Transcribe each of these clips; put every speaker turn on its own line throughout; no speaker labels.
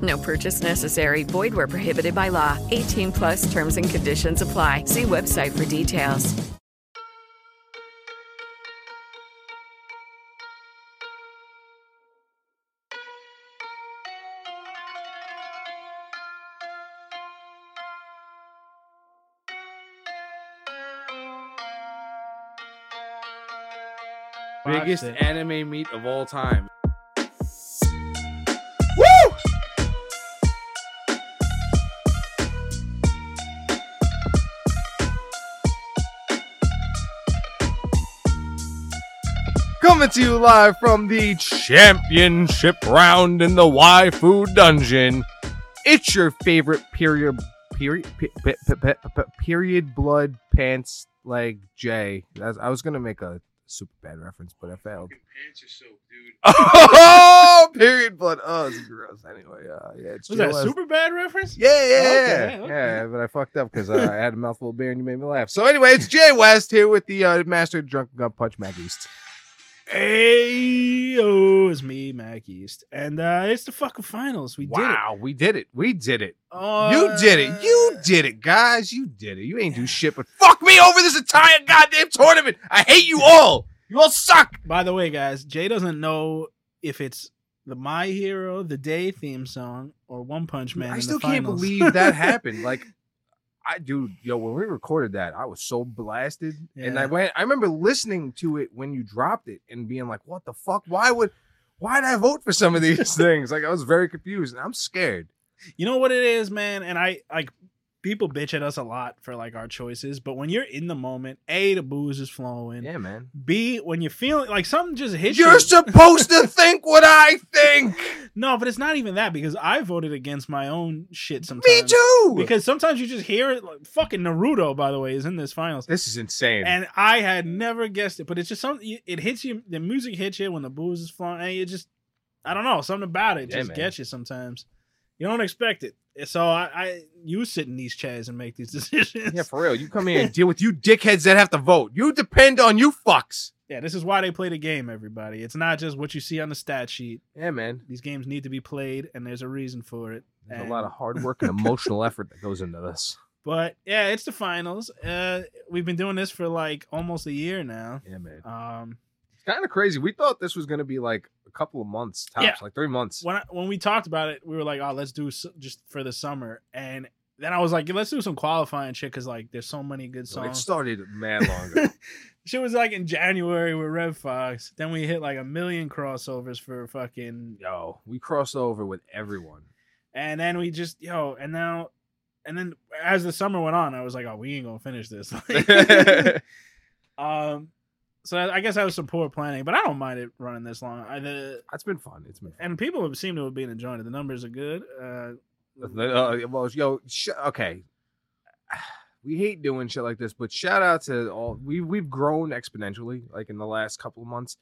No purchase necessary. Void where prohibited by law. 18 plus terms and conditions apply. See website for details.
Watched
Biggest
it.
anime meet of all time.
Coming to you live from the championship round in the Waifu Dungeon. It's your favorite period period pe- pe- pe- pe- pe- period blood pants leg Jay. That's- I was gonna make a super bad reference, but I failed. Oh, period blood. Oh, it's gross. Anyway, uh, yeah, it's
Was
your
that a
last-
super bad reference?
Yeah, yeah,
Okay,
yeah.
okay.
yeah. But I fucked up because uh, I had a mouthful of beer and you made me laugh. So anyway, it's Jay West here with the uh, master drunken gun punch Mac East.
Hey,
Yo, it's me, Mac East, and uh, it's the fucking finals. We did it.
wow, we did it. We did it.
Uh,
You did it. You did it, guys. You did it. You ain't do shit but fuck me over this entire goddamn tournament. I hate you all. You all suck.
By the way, guys, Jay doesn't know if it's the My Hero, the Day theme song, or One Punch Man.
I
in the
still can't
finals.
believe that happened. Like, I dude, yo, when we recorded that, I was so blasted, and I
Yeah.
went. I remember listening to it when you dropped it and being like, "What the fuck? Why would, why did I vote for some of these things?" Like, I was very confused, and I'm scared.
you know what it is, man. And I like people bitch at us a lot for like our choices, but when you're in the moment, a the booze is flowing.
Yeah, man.
B when you're feeling like something just hits
You're
you.
supposed to think what I think.
no, but it's not even that because I voted against my own shit sometimes.
Me too.
Because sometimes you just hear it. Like, fucking Naruto, by the way, is in this finals.
this is insane.
and I had never guessed it, but it's just something. It hits you. The music hits you when the booze is flowing. And it just, I don't know, something about it
Yeah,
just
man.
gets you sometimes. You don't expect it, so I, I you sit in these chairs and make these decisions.
yeah, for real. You come here and deal with you dickheads that have to vote. You depend on you fucks.
yeah, this is why they play the game. Everybody, it's not just what you see on the stat sheet.
Yeah, man.
These games need to be played, and there's a reason for it.
There's a
And-
lot of hard work and emotional effort that goes into this.
but yeah, it's the finals. Uh, we've been doing this for like almost a year now.
Yeah, man.
Um,
kind of crazy. We thought this was going to be like a couple of months tops,
Yeah.
like three months.
when I, when we talked about it, we were like, "Oh, let's do s just for the summer." And then I was like, "Let's do some qualifying shit because like there's so many good
So it
songs."
started mad long ago.
shit was like in January with Red Fox. Then we hit like a million crossovers for fucking,
Yo, we crossed over with everyone.
and then we just yo, and now, and then as the summer went on, I was like, "Oh, we ain't gonna finish this." um, so I guess that was some poor planning, but I don't mind it running this long. I, the,
It's been fun. It's been fun.
and people have seemed to have been enjoying it. The numbers are good. Uh,
Uh, well, yo, sh- okay. We hate doing shit like this, but shout out to all we we've grown exponentially like in the last couple of months.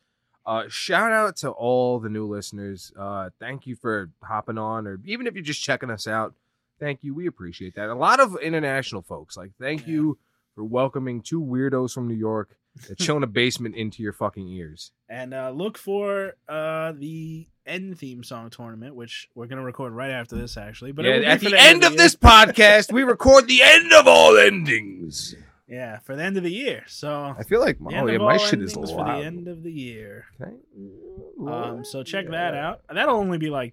Uh, shout out to all the new listeners. Uh, thank you for hopping on, or even if you're just checking us out, thank you. We appreciate that. A lot of international folks, like thank
Yeah.
you for welcoming two weirdos from New York that chilling a basement into your fucking ears.
and uh, look for uh, the end theme song tournament, which we're gonna record right after this, actually. But it
Yeah,
will be
at
for
the end of
year.
this podcast, we record the end of all endings.
yeah, for the end of the year. So
I feel like
the end
oh, yeah,
of
my
all
shit is
endings
loud.
for Um, the end of the year.
Okay.
Um, so check that out. That'll only be like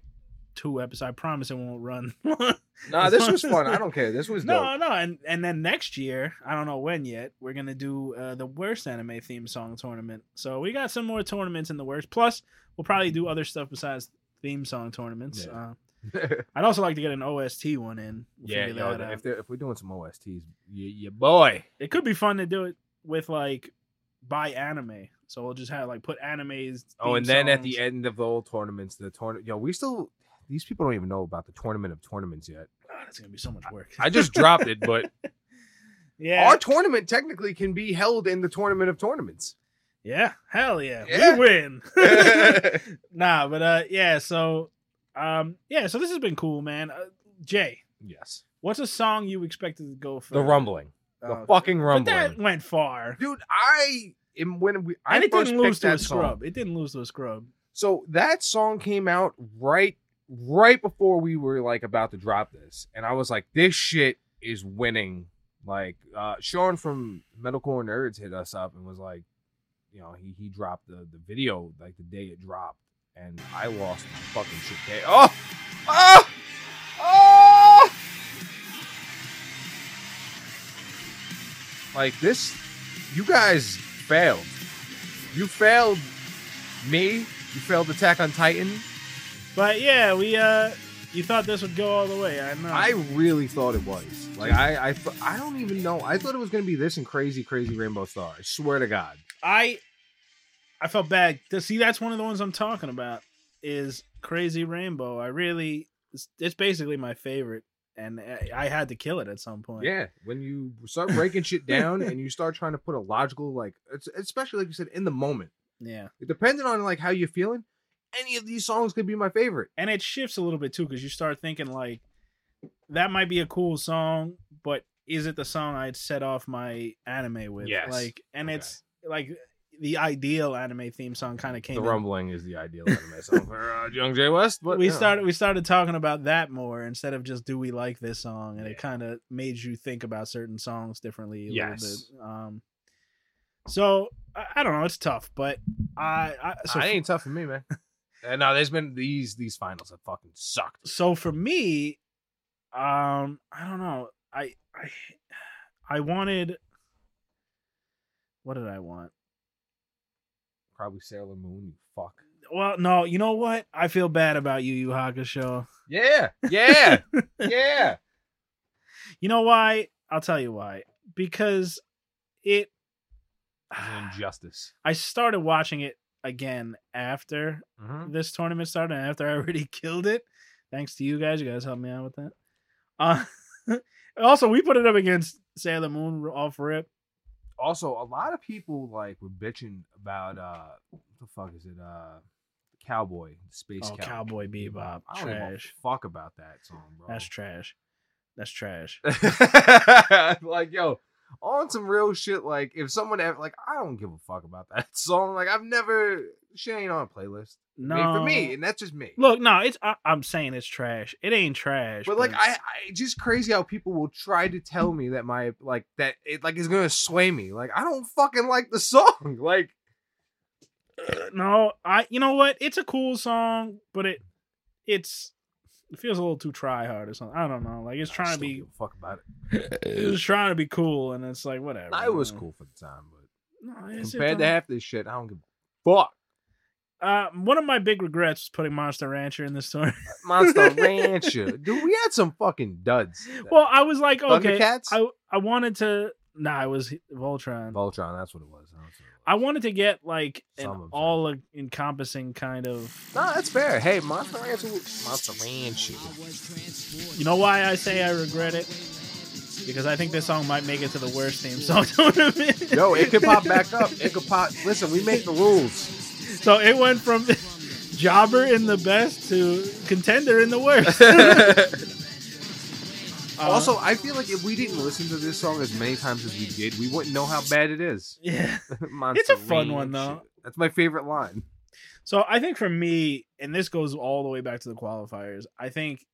two episodes. I promise it won't run.
Nah, this was fun. I don't care. This was dope.
no, no, and and then next year, I don't know when yet. We're gonna do uh, the worst anime theme song tournament. So we got some more tournaments in the works. Plus, we'll probably do other stuff besides theme song tournaments.
Yeah.
Uh, I'd also like to get an OST one in. We'll
yeah,
figure
yo,
that out.
if, they're- if we're doing some OSTs, yeah, yeah boy.
it could be fun to do it with like by anime. So we'll just have like put animes.
Oh, and
theme
then at the
songs.
end of the whole tournaments, the tournament. Yo, we still. These people don't even know about the tournament of tournaments yet.
God, it's gonna be so much work.
I just dropped it, but
yeah,
our tournament technically can be held in the tournament of tournaments.
yeah, hell yeah,
Yeah.
we win. nah, but uh, yeah. So, um, yeah. So this has been cool, man. Uh, Jay,
yes.
what's a song you expected to go for
The rumbling. The
Uh,
fucking
But
rumbling.
that went far,
Dude, I am when we I
and it
first
didn't lose
picked
to a
that song.
scrub. It didn't lose to a scrub.
So that song came out right right before we were like about to drop this. And I was like, this shit is winning. Like uh Sean from Metalcore Nerds hit us up and was like, you know, he he dropped the, the video like the day it dropped. And I lost my fucking shit. Day. Oh! Oh! Oh! Like this you guys failed. You failed me. You failed Attack on Titan.
But yeah, we uh, you thought this would go all the way. I know.
I really thought it was. Like I, I, th- I don't even know. I thought it was gonna be this and Crazy Crazy Rainbow Star. I swear to God.
I I felt bad. To see, that's one of the ones I'm talking about is Crazy Rainbow. I really, it's, it's basically my favorite, and I, I had to kill it at some point.
Yeah. When you start breaking shit down and you start trying to put a logical, like, it's, especially like you said, in the moment,
yeah.
it depending on like how you're feeling, any of these songs could be my favorite.
And it shifts a little bit too because you start thinking like that might be a cool song, but is it the song I'd set off my anime with?
Yes.
Like, and
Okay.
it's like the ideal anime theme song kind of came.
The
in.
rumbling is the ideal anime song for uh, Young J West, but
we
yeah.
started we started talking about that more instead of just do we like this song and it kind of made you think about certain songs differently a
Yes.
little bit um so I, I don't know it's tough but i, I so
I ain't tough for me, man. and now there's been these these finals have fucking sucked.
so for me um i don't know i i i wanted what did i want
Probably Sailor Moon. You fuck.
well no you know what i feel bad about you you hakusho
Yeah, yeah, yeah.
you know why i'll tell you why because it
An injustice.
I started watching it again after
Mm-hmm.
this tournament started and after I already killed it. Thanks to you guys. You guys helped me out with that. Uh, also, we put it up against Sailor Moon off rip.
Also, a lot of people like were bitching about uh, what the fuck is it? Uh, Cowboy, Space
Oh, Cowboy Bebop.
I don't give a
Trash.
fuck about that song, bro.
That's trash. That's trash.
like, yo, on some real shit. Like, if someone ever, like, I don't give a fuck about that song. Like, I've never. She ain't on a playlist. I
No.
mean, for me, and that's just me.
Look, no, it's I, I'm saying it's trash. It ain't trash.
But like I, I it's just crazy how people will try to tell me that my like that it like is gonna sway me. Like I don't fucking like the song. Like
no, I you know what? It's a cool song, but it it's it feels a little too try hard or something. I don't know. Like it's trying to
still
be
give a fuck about it.
it was trying to be cool, and it's like whatever.
I was
you know.
cool for the time, but
No, it's- it
compared to
don't-
half this shit, I don't give a fuck.
Uh, one of my big regrets was putting Monster Rancher in this tournament.
Monster Rancher, dude. We had some fucking duds.
well, I was like, okay,
Thundercats?
I I wanted to. Nah, it was Voltron.
Voltron, that's what it was. That's what
I wanted to get like an
Some of them.
all encompassing kind of.
it was. No, that's fair. Hey, Monster Rancher, Monster Rancher.
You know why I say I regret it? Because I think this song might make it to the worst theme song tournament.
Yo, it could pop back up. It could pop. Listen, we make the rules.
so it went from jobber in the best to contender in the worst.
also, I feel like if we didn't listen to this song as many times as we did, we wouldn't know how bad it is.
yeah.
Monster
It's a fun
Ranch.
one, though.
That's my favorite line.
So I think for me, and this goes all the way back to the qualifiers, I think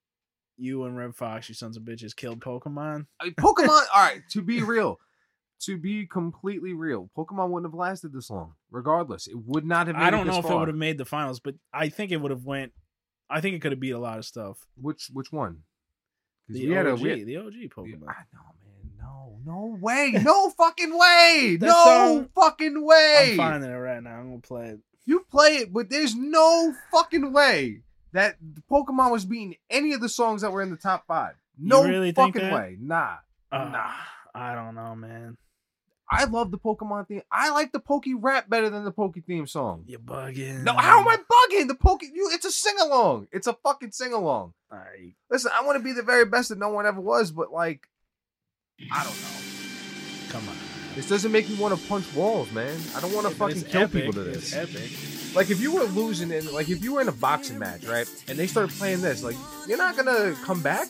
you and Red Fox, you sons of bitches, killed Pokemon.
I mean, Pokemon. all right, to be real, to be completely real, Pokemon wouldn't have lasted this long. Regardless, it would not have. Made
I don't
it
know if
this
it
far.
would have made the finals, but I think it would have went I think it could have beat a lot of stuff.
Which which one? 'Cause
The
we had
OG,
a we had-
the OG
yeah,
Pokemon.
I know, man. No, no way. No fucking way.
That
no
song-
fucking way.
I'm finding it right now. I'm gonna play it.
You play it, but there's no fucking way that Pokemon was beating any of the songs that were in the top five. No
really think
fucking
that?
way. Nah.
Uh,
Nah.
I don't know, man.
I love the Pokemon theme. I like the Poke rap better than the Poke theme song.
You're bugging.
No, how am I bugging? The Poke you it's a sing along. It's a fucking sing along.
All right.
Listen, I want to be the very best that no one ever was, but like I don't know.
Come on.
This doesn't make me want to punch walls, man. I don't want to
Yeah, but
fucking
it's
kill
epic.
people to this.
It's epic.
Like if you were losing in like if you were in a boxing match, right? And they started playing this, like you're not gonna come back.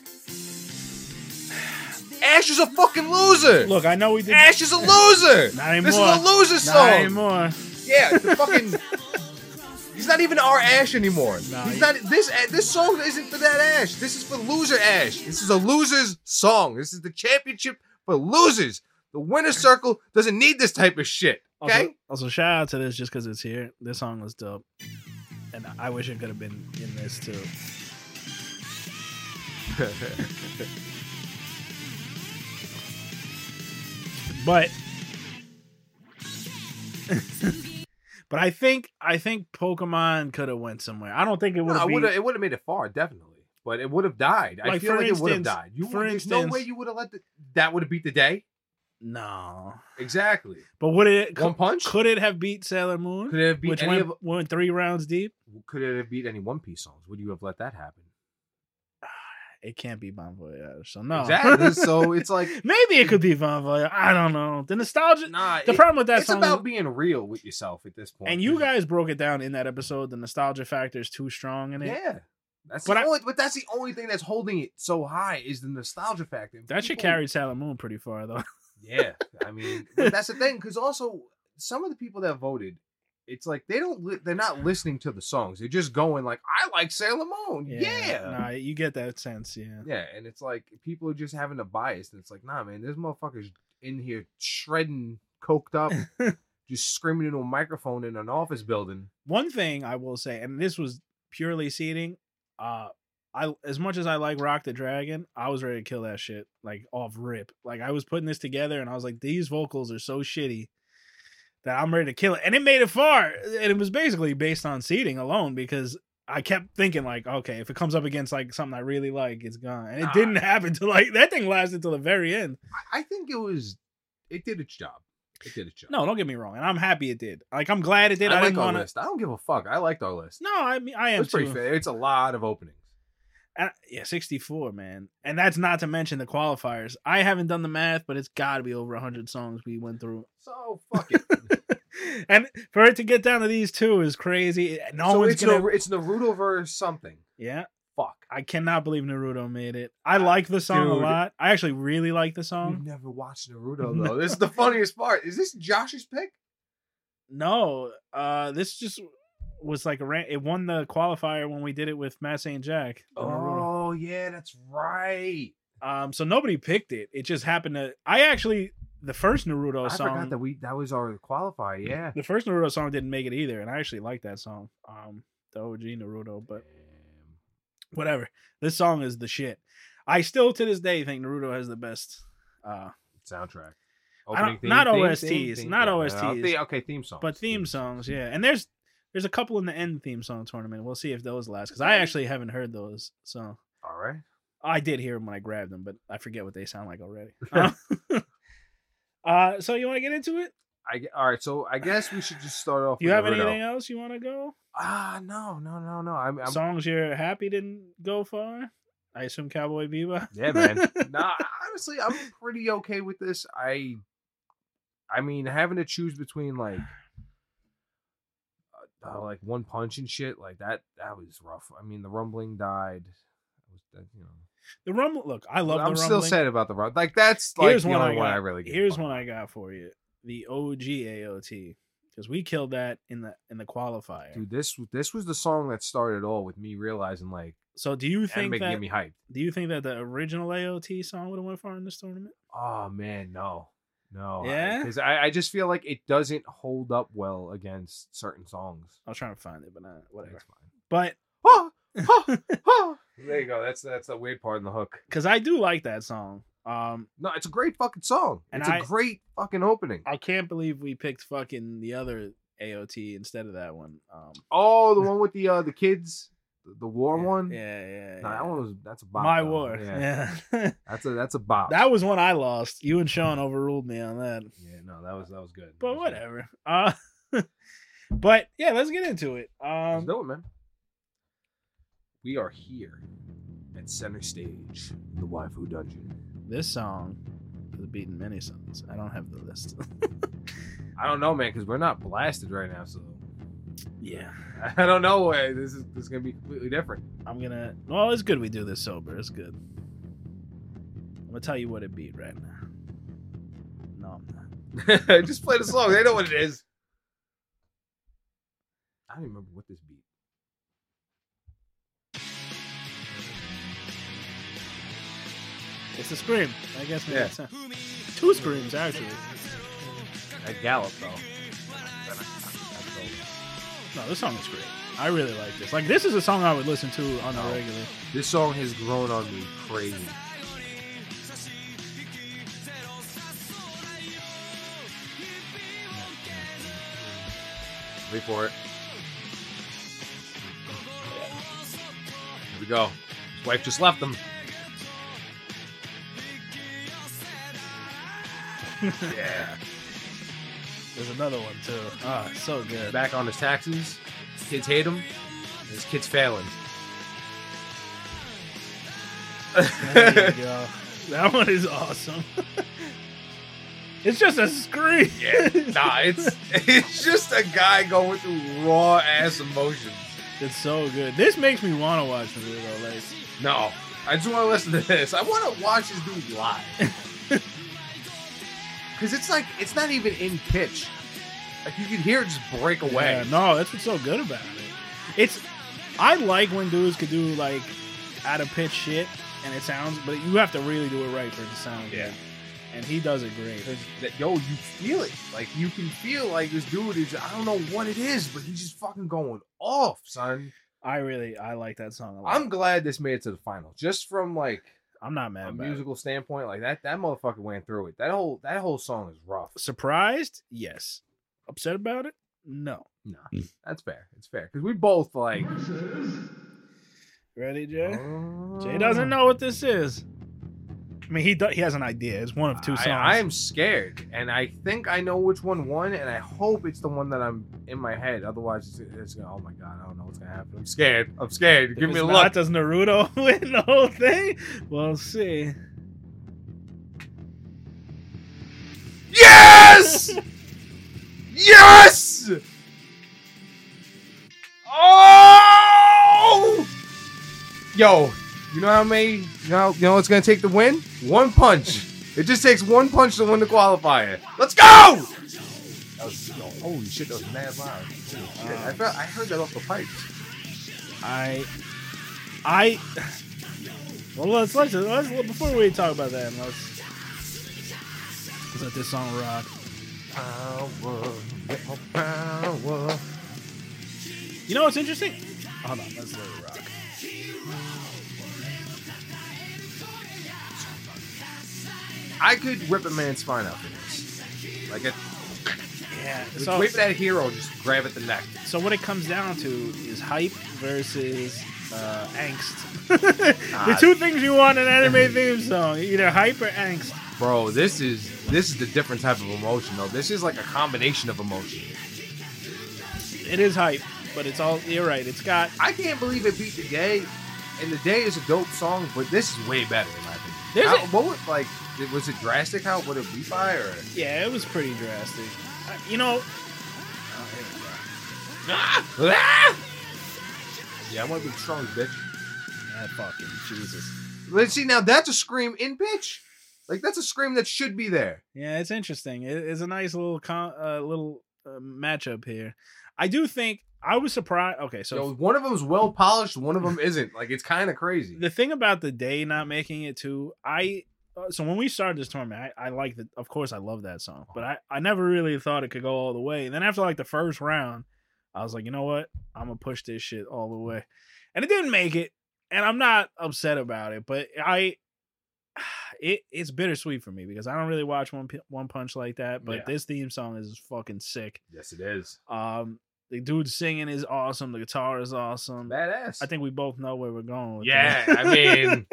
Ash is a fucking loser.
Look, I know we did.
Ash is a loser.
Not
This is
anymore.
a loser
Not
song.
anymore.
Yeah, the fucking. He's not even our Ash anymore.
Nah,
He's
he-
not this. eh, This song isn't for that Ash. This is for loser Ash. This is a loser's song. This is the championship for losers. The winner's circle doesn't need this type of shit. Okay.
Also, also, shout out to this just because it's here. This song was dope, and I wish it could have been in this too. but, but I think I think Pokemon could have went somewhere. I don't think it would
No, I
have.
would
been.
have. It would have made it far, definitely, but it would have died. I
Like,
feel
for
like it would have
instance-
died. You
for
would, there's no
instance-
way you would have let the, that would have beat the day.
no,
Exactly.
but would it?
One Punch?
Could it have beat Sailor Moon?
Could it have beat
which
any
went,
of?
went three rounds deep?
Could it have beat any One Piece songs? Would you have let that happen?
It can't be Bon Voyage. So no.
Exactly. so it's like
Maybe it could be Von Voyage. I don't know. The nostalgia.
nah.
the
it-
problem with that
it's
song,
about being real with yourself at this point.
and you guys broke it down in that episode. The nostalgia factor is too strong in it.
yeah. That's
But
the
I-
only, but that's the only thing that's holding it so high is the nostalgia factor.
That should
People-
carry Sailor Moon pretty far though.
Yeah, I mean but that's the thing because also some of the people that voted, it's like they don't li- they're not listening to the songs. They're just going like, I like Sailor Moon. Yeah.
Nah, you get that sense. Yeah.
Yeah, and it's like people are just having a bias, and it's like, nah, man, there's motherfuckers in here shredding, coked up, just screaming into a microphone in an office building.
One thing I will say, and this was purely seating. Uh, I as much as I like Rock the Dragon, I was ready to kill that shit like off rip. Like I was putting this together, and I was like, these vocals are so shitty. That I'm ready to kill it, and it made it far, and it was basically based on seating alone because I kept thinking like, okay, if it comes up against like something I really like, it's gone, and it
Nah.
didn't happen till like that thing lasted till the very end.
I, I think it was, it did its job. It did its job.
No, don't get me wrong, and I'm happy it did. Like I'm glad it did.
I,
I,
like
didn't
our
want to.
list. I don't give a fuck. I liked our list.
No, I mean I am
it's pretty
too.
fair. It's a lot of openings.
And, yeah, 64, man. And that's not to mention the qualifiers. I haven't done the math, but it's got to be over 100 songs we went through.
So fuck it.
and for it to get down to these two is crazy. No
so
one's
it's
going to.
Nar- it's Naruto versus something.
yeah.
Fuck.
I cannot believe Naruto made it. I like the song a
Uh, Dude.
lot. I actually really like the
You've
song.
never watched Naruto though. this is the funniest part. Is this Josh's pick? Mm-hmm.
No, uh, this just was like a rant. It won the qualifier when we did it with Matt St. Jack. the Naruto.
Oh yeah, that's right.
Um, so nobody picked it. It just happened to. I actually the first Naruto
I
song.
forgot that we that was our qualifier. Yeah.
The first Naruto song didn't make it either, and I actually like that song, um, the OG Naruto. But whatever, this song is the shit. I still to this day think Naruto has the best. Uh,
soundtrack.
I don't- not OSTs, not
yeah,
OSTs.
I'll thi- okay, theme songs.
but theme songs, yeah. And there's there's a couple in the end theme song tournament. We'll see if those last because I actually haven't heard those. So
All right.
I did hear them when I grabbed them, but I forget what they sound like already. Um, uh, so you want to get into it?
I ge- all right. So I guess we should just start off.
Do you
with
have
Naruto.
anything else you want to go?
Ah, no, no, no, no. I'm, I'm
Songs you're happy didn't go far. I assume Cowboy Bebop.
yeah, man. nah, honestly, I'm pretty okay with this. I, I mean, having to choose between like, uh, uh, like one punch and shit like that. That was rough. I mean, the rumbling died. That was that, you know.
The rumble. Look, I love
I'm
the
still
rumbling.
sad about the rumbling. Like that's like
here's
the
one I
only
got.
one I really. give a
here's
fuck
one
about.
I got for you. The OG AOT because we killed that in the in the qualifier.
dude this this was the song that started it all with me realizing like
so do you
anime
think
getting
that
me hyped
do you think that the original AOT song would have went far in this tournament?
oh man no no
Yeah?
because I, I, just feel like it doesn't hold up well against certain songs
I was trying to find it, but not whatever.
That's fine.
But
Ah! there you go. That's that's the weird part in the hook.
because I do like that song. Um,
No, it's a great fucking song.
And
it's a
I-
great fucking opening.
I can't believe we picked fucking the other AOT instead of that one. Um,
Oh, the one with the uh the kids, the, the war one.
Yeah, yeah.
Nah,
yeah.
that one was that's a bop.
My
though.
war. Yeah.
That's a that's a bop.
that was one I lost. You and Sean overruled me on that.
yeah, no, that was that was good. That
But
was good.
whatever. Uh, but yeah, let's get into it.
Let's
Um,
do it, man. We are here at center stage, the waifu dungeon.
this song has beaten many songs. I don't have the list.
I don't know, man, because we're not blasted right now, so
yeah.
I don't know. uh, This is this is gonna be completely different.
I'm gonna. Well, it's good we do this sober. It's good. I'm gonna tell you what it beat right now. No, I'm not.
Just play the song. They know what it is. I don't even remember what this beat.
It's a scream. I guess.
Yeah.
Yeah. Two screams actually.
That gallop though.
No, this song is great. I really like this. Like this is a song I would listen to on the
Oh.
regular.
This song has grown on me crazy. Wait for it. Here we go. His wife just left him. yeah.
There's another one too. Ah, it's so good.
Back on his taxes. Kids hate him. His kid's failing.
There you go. That one is awesome. it's just a scream.
Yeah, nah, it's it's just a guy going through raw ass emotions.
It's so good. This makes me want to watch the video. Though. Like
No, I just want to listen to this. I want to watch this dude live because it's like it's not even in pitch. Like you can hear it just break away.
Yeah, no, that's what's so good about it. It's I like when dudes could do like out of pitch shit and it sounds but you have to really do it right for it to sound
Yeah.
good. And he does it great.
'Cause that- yo, you feel it. Like you can feel like this dude is. I don't know what it is, but he's just fucking going off, son.
I really I like that song a lot.
I'm glad this made it to the final, just from like
I'm not mad
a
about it.
musical standpoint. Like that, that motherfucker went through it. That whole that whole song is rough.
Surprised? Yes. Upset about it? No.
No, that's fair. It's fair because we both like.
Ready, Jay? Jay
Jay
doesn't know what this is. I mean, he do- he has an idea. It's one of two songs.
I, am scared, and I think I know which one won, and I hope it's the one that I'm in my head. Otherwise, it's, it's gonna. Oh my god, I don't know what's gonna happen. I'm scared. I'm scared.
If
Give me
it's
a
not,
look.
Does Naruto win the whole thing? We'll see.
Yes! yes! Oh! Yo, you know how many? You know, you know what's gonna take the win? One punch. It just takes one punch to win the qualifier. Let's go! That was, yo, holy shit, that was mad loud. Holy shit, I, felt, I heard that off the pipes.
I, I. Well, let's let's, let's before we talk about that, let's let's let this song rock.
Power, yeah, power.
You know what's interesting? Hold on, let's let it rock.
I could rip a man's spine out for this. Like, it,
Yeah.
just
So,
wait for that hero, just grab at the neck.
so what it comes down to is hype versus uh, angst.
Ah,
the two things you want in an anime theme song: either hype or angst.
Bro, this is this is the different type of emotion though. This is like a combination of emotion.
It is hype, but it's all. You're right. It's got
I can't believe it beat the day, and the day is a dope song, but this is way better in my opinion.
There's
How-
a-
what was like? did- Was it drastic? How would it beat by or?
yeah. It was pretty drastic. Uh, You know,
Ah! Yeah, I want to be strong, bitch.
ah, fucking Jesus.
Let's see. Now that's a scream in pitch. Like that's a scream that should be there.
Yeah, it's interesting. It- it's a nice little con- uh, little uh, matchup here. I do think I was surprised. Okay, so
Yo, one of them's well polished, one of them isn't. Like it's kind of crazy.
the thing about the day not making it too, I uh, so when we started this tournament, I, I like the. Of course, I love that song, but I I never really thought it could go all the way. And then after like the first round, I was like, you know what, I'm gonna push this shit all the way. and it didn't make it. And I'm not upset about it, but I it it's bittersweet for me because I don't really watch one P- one punch like that. But
Yeah.
this theme song is fucking sick.
Yes, it is.
Um, the dude singing is awesome. The guitar is awesome.
Badass.
I think we both know where we're going. With
Yeah,
that.
I mean,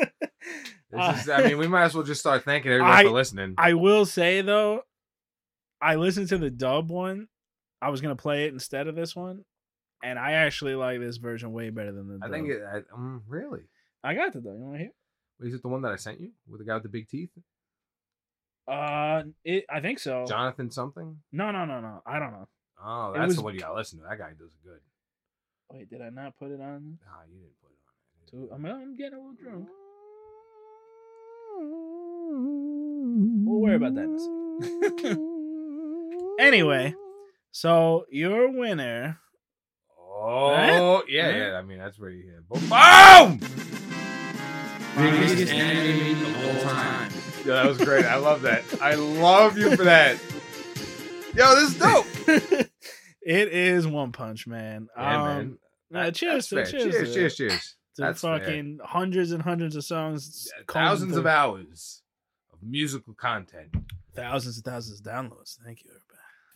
Uh,
This is, I mean, we might as well just start thanking everyone
I-
for listening.
I will say though, I listened to the dub one. I was gonna play it instead of this one, and I actually like this version way better than the.
I
dub.
think it. I, um, really,
I got the dub. You want to hear?
is it the one that I sent you with the guy with the big teeth,
Uh, it. I think so.
Jonathan something?
No, no, no, no. I don't know.
Oh,
It
that's the
was-
one you gotta listen to. That guy does it good.
Wait, did I not put it on?
Nah, you didn't put it on.
Dude, I'm, I'm getting a little drunk.
We'll
We'll worry about that in a second. anyway, so your winner.
Oh
Huh?
yeah,
Huh?
yeah. I mean, that's where you hit. Boom! Boom!
Biggest enemy of all time.
Yeah, that was great. I love that. I love you for that. Yo, this is dope.
it is One Punch Man.
Yeah,
um, man. cheers, to,
man.
cheers, to-
cheers, uh, cheers, cheers.
to
That's fair.
fucking hundreds and hundreds of songs, combed
Thousands of
into
hours of musical content.
thousands and thousands of downloads. Thank you.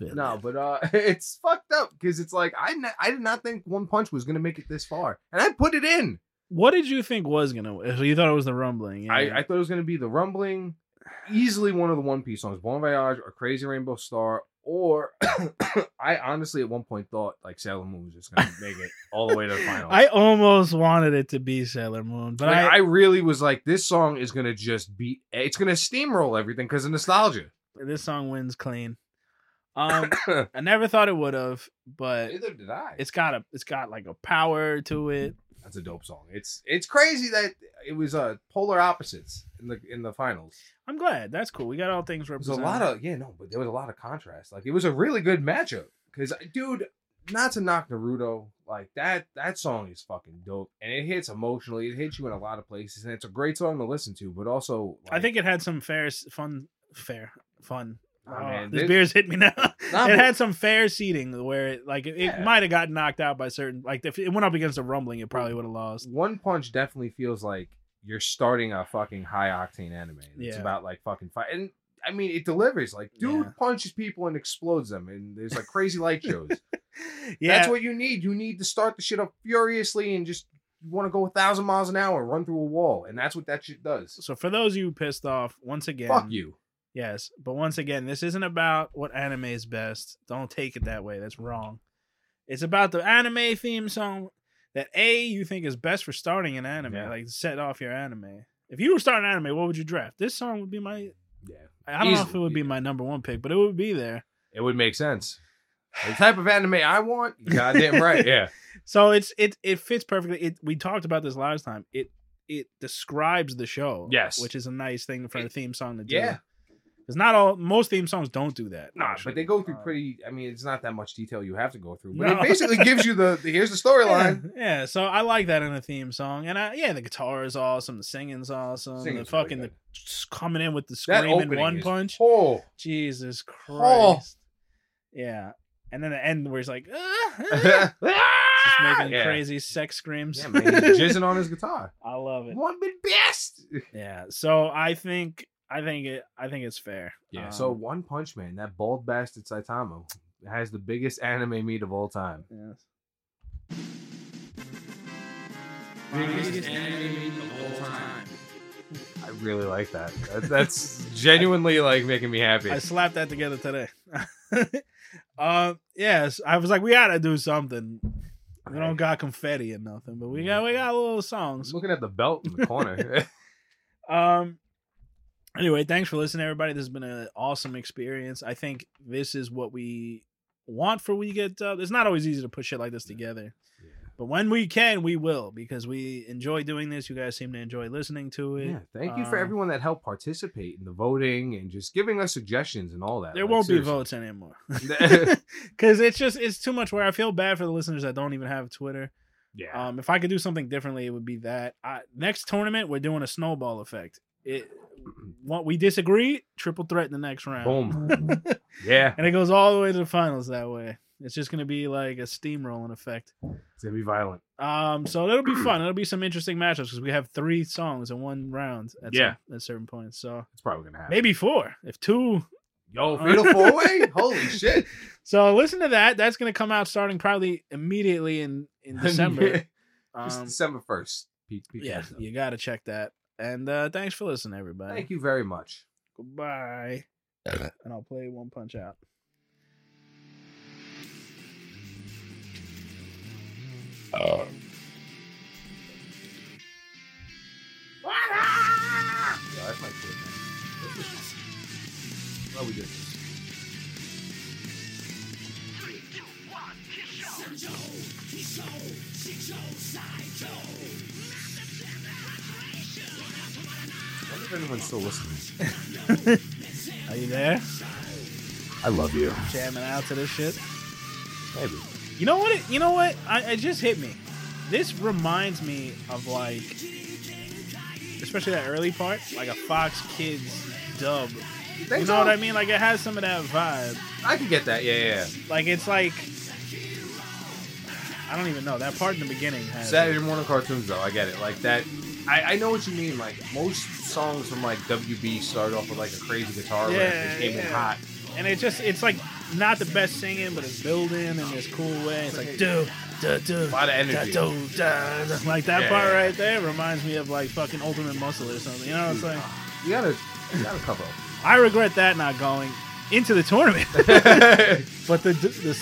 everybody.
No, but uh, it's fucked up because it's like I n- I did not think One Punch was gonna make it this far, and I put it in.
what did you think was gonna? So you thought it was the rumbling? yeah.
I, I thought it was gonna be the Rumbling, easily one of the One Piece songs, Bon Voyage or Crazy Rainbow Star, or I honestly at one point thought like Sailor Moon was just gonna make it all the way to the final.
I almost wanted it to be Sailor Moon, but
Like,
I,
I really was like, this song is gonna just be, it's gonna steamroll everything because of nostalgia.
this song wins clean. Um, I never thought it would have, but
Neither did I.
it's got a it's got like a power to it.
That's a dope song. It's it's crazy that it was uh, polar opposites in the in the finals.
I'm glad. That's cool. We got all things
There's a
represented.
lot of yeah, no, but there was a lot of contrast. Like it was a really good matchup because dude, not to knock Naruto, like that that song is fucking dope and it hits emotionally. It hits you in a lot of places and it's a great song to listen to. But also,
I
like,
think it had some fair s- fun fair fun.
Nah,
Oh,
man,
this
this-
beer's hit me now.
Nah,
it
but-
had some fair seating where it like it,
Yeah.
it might have gotten knocked out by certain like if it went up against a rumbling, it probably would have lost.
One Punch definitely feels like you're starting a fucking high octane anime. It's
Yeah.
about like fucking fight and. I mean, it delivers. Like, dude
Yeah.
punches people and explodes them, and there's like crazy light shows.
Yeah,
That's what you need. You need to start the shit up furiously and just you want to go a thousand miles an hour and run through a wall, and that's what that shit does.
so for those of you pissed off, once again,
Fuck you.
Yes, but once again, this isn't about what anime is best. Don't take it that way. That's wrong. It's about the anime theme song that A you think is best for starting an anime,
Yeah.
like set off your anime. If you were starting an anime, what would you draft? This song would be my
Yeah,
I don't know if it
Easily,
would be
yeah.
my number one pick, but it would be there.
it would make sense. The type of anime I want, you're goddamn right. Yeah,
So it's it it fits perfectly. It we talked about this last time. It it describes the show.
Yes.
Which is a nice thing for a theme song to do.
Yeah.
Because not all most theme songs don't do that.
nah,
actually.
but they go through
Uh,
pretty. I mean, it's not that much detail you have to go through, but
No.
it basically gives you the, the here's the storyline.
Yeah, yeah, so I like that in a theme song, and I yeah, the guitar is awesome, the singing's awesome,
Singing's
the fucking
really good.
the s- coming in with the
That
screaming
opening
one
is-
punch.
Oh,
Jesus Christ!
Oh.
Yeah, and then the end where he's like, "Ah, ah," just
making
making crazy sex screams.
Yeah, man, he's jizzing on his guitar.
I love it.
One bit best.
Yeah, so I think I think it I think it's fair.
Yeah.
Um,
so One Punch Man, that bald bastard Saitama, has the biggest anime meet of all time.
yes.
Biggest enemy of all time.
I really like that. that that's genuinely like making me happy.
I slapped that together today. uh, yes, I was like, we gotta do something. We don't got confetti or nothing, but we got we got little songs.
looking at the belt in the corner.
Um. Anyway, thanks for listening, everybody. This has been an awesome experience. I think this is what we want for We Get Dubbed. It's not always easy to put shit like this together, but when we can, we will because we enjoy doing this. You guys seem to enjoy listening to it.
yeah, thank you for
Uh,
everyone that helped participate in the voting and just giving us suggestions and all that.
There
Like,
won't
seriously.
be votes anymore because it's just it's too much. Where I feel bad for the listeners that don't even have Twitter.
yeah,
Um, if I could do something differently, it would be that. I, next tournament, we're doing a snowball effect. It what we disagree, triple threat in the next round.
Boom. yeah.
and it goes all the way to the finals that way. It's just gonna be like a steamrolling effect.
It's gonna be violent.
Um, so that'll be fun. It'll be some interesting matchups because we have three songs in one round. At
Yeah.
some, at certain points. So
It's probably gonna happen.
maybe uh, four if two.
Yo, fatal four way. Holy shit!
So listen to that. That's gonna come out starting probably immediately in in December.
Just
um,
December first.
yeah, you gotta check that. And uh thanks for listening, everybody.
Thank you very much.
Goodbye. and I'll play one punch out.
Yeah, that's my favorite. Well, we did. this. I wonder if anyone's still listening.
Are you there?
I love you.
Jamming out to this shit.
Maybe.
You know what? It, you know what? I, it just hit me. This reminds me of like, especially that early part, like a Fox Kids dub.
You,
You know what I mean? Like it has some of that vibe.
I can get that. Yeah, yeah.
Like it's like, I don't even know. That part in the beginning
yeah.
has.
Saturday morning cartoons, though. I get it. Like that. I, I know what you mean. Like most songs from like WB start off with like a crazy guitar riff
Yeah,
that came in
yeah.
hot.
and it just it's like not the best singing, but it's building in this cool way. It's like do da do
Lot of energy.
da, do, da, da. Like that
Yeah,
part
yeah, yeah.
right there reminds me of like fucking Ultimate Muscle or something. You know what I'm saying?
You gotta, you gotta cover.
I regret that not going into the tournament, but the the, the,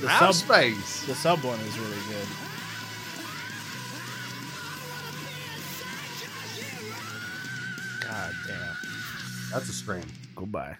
the
Out
sub
of space.
the sub one is really good. God damn!
That's a scream.
Goodbye.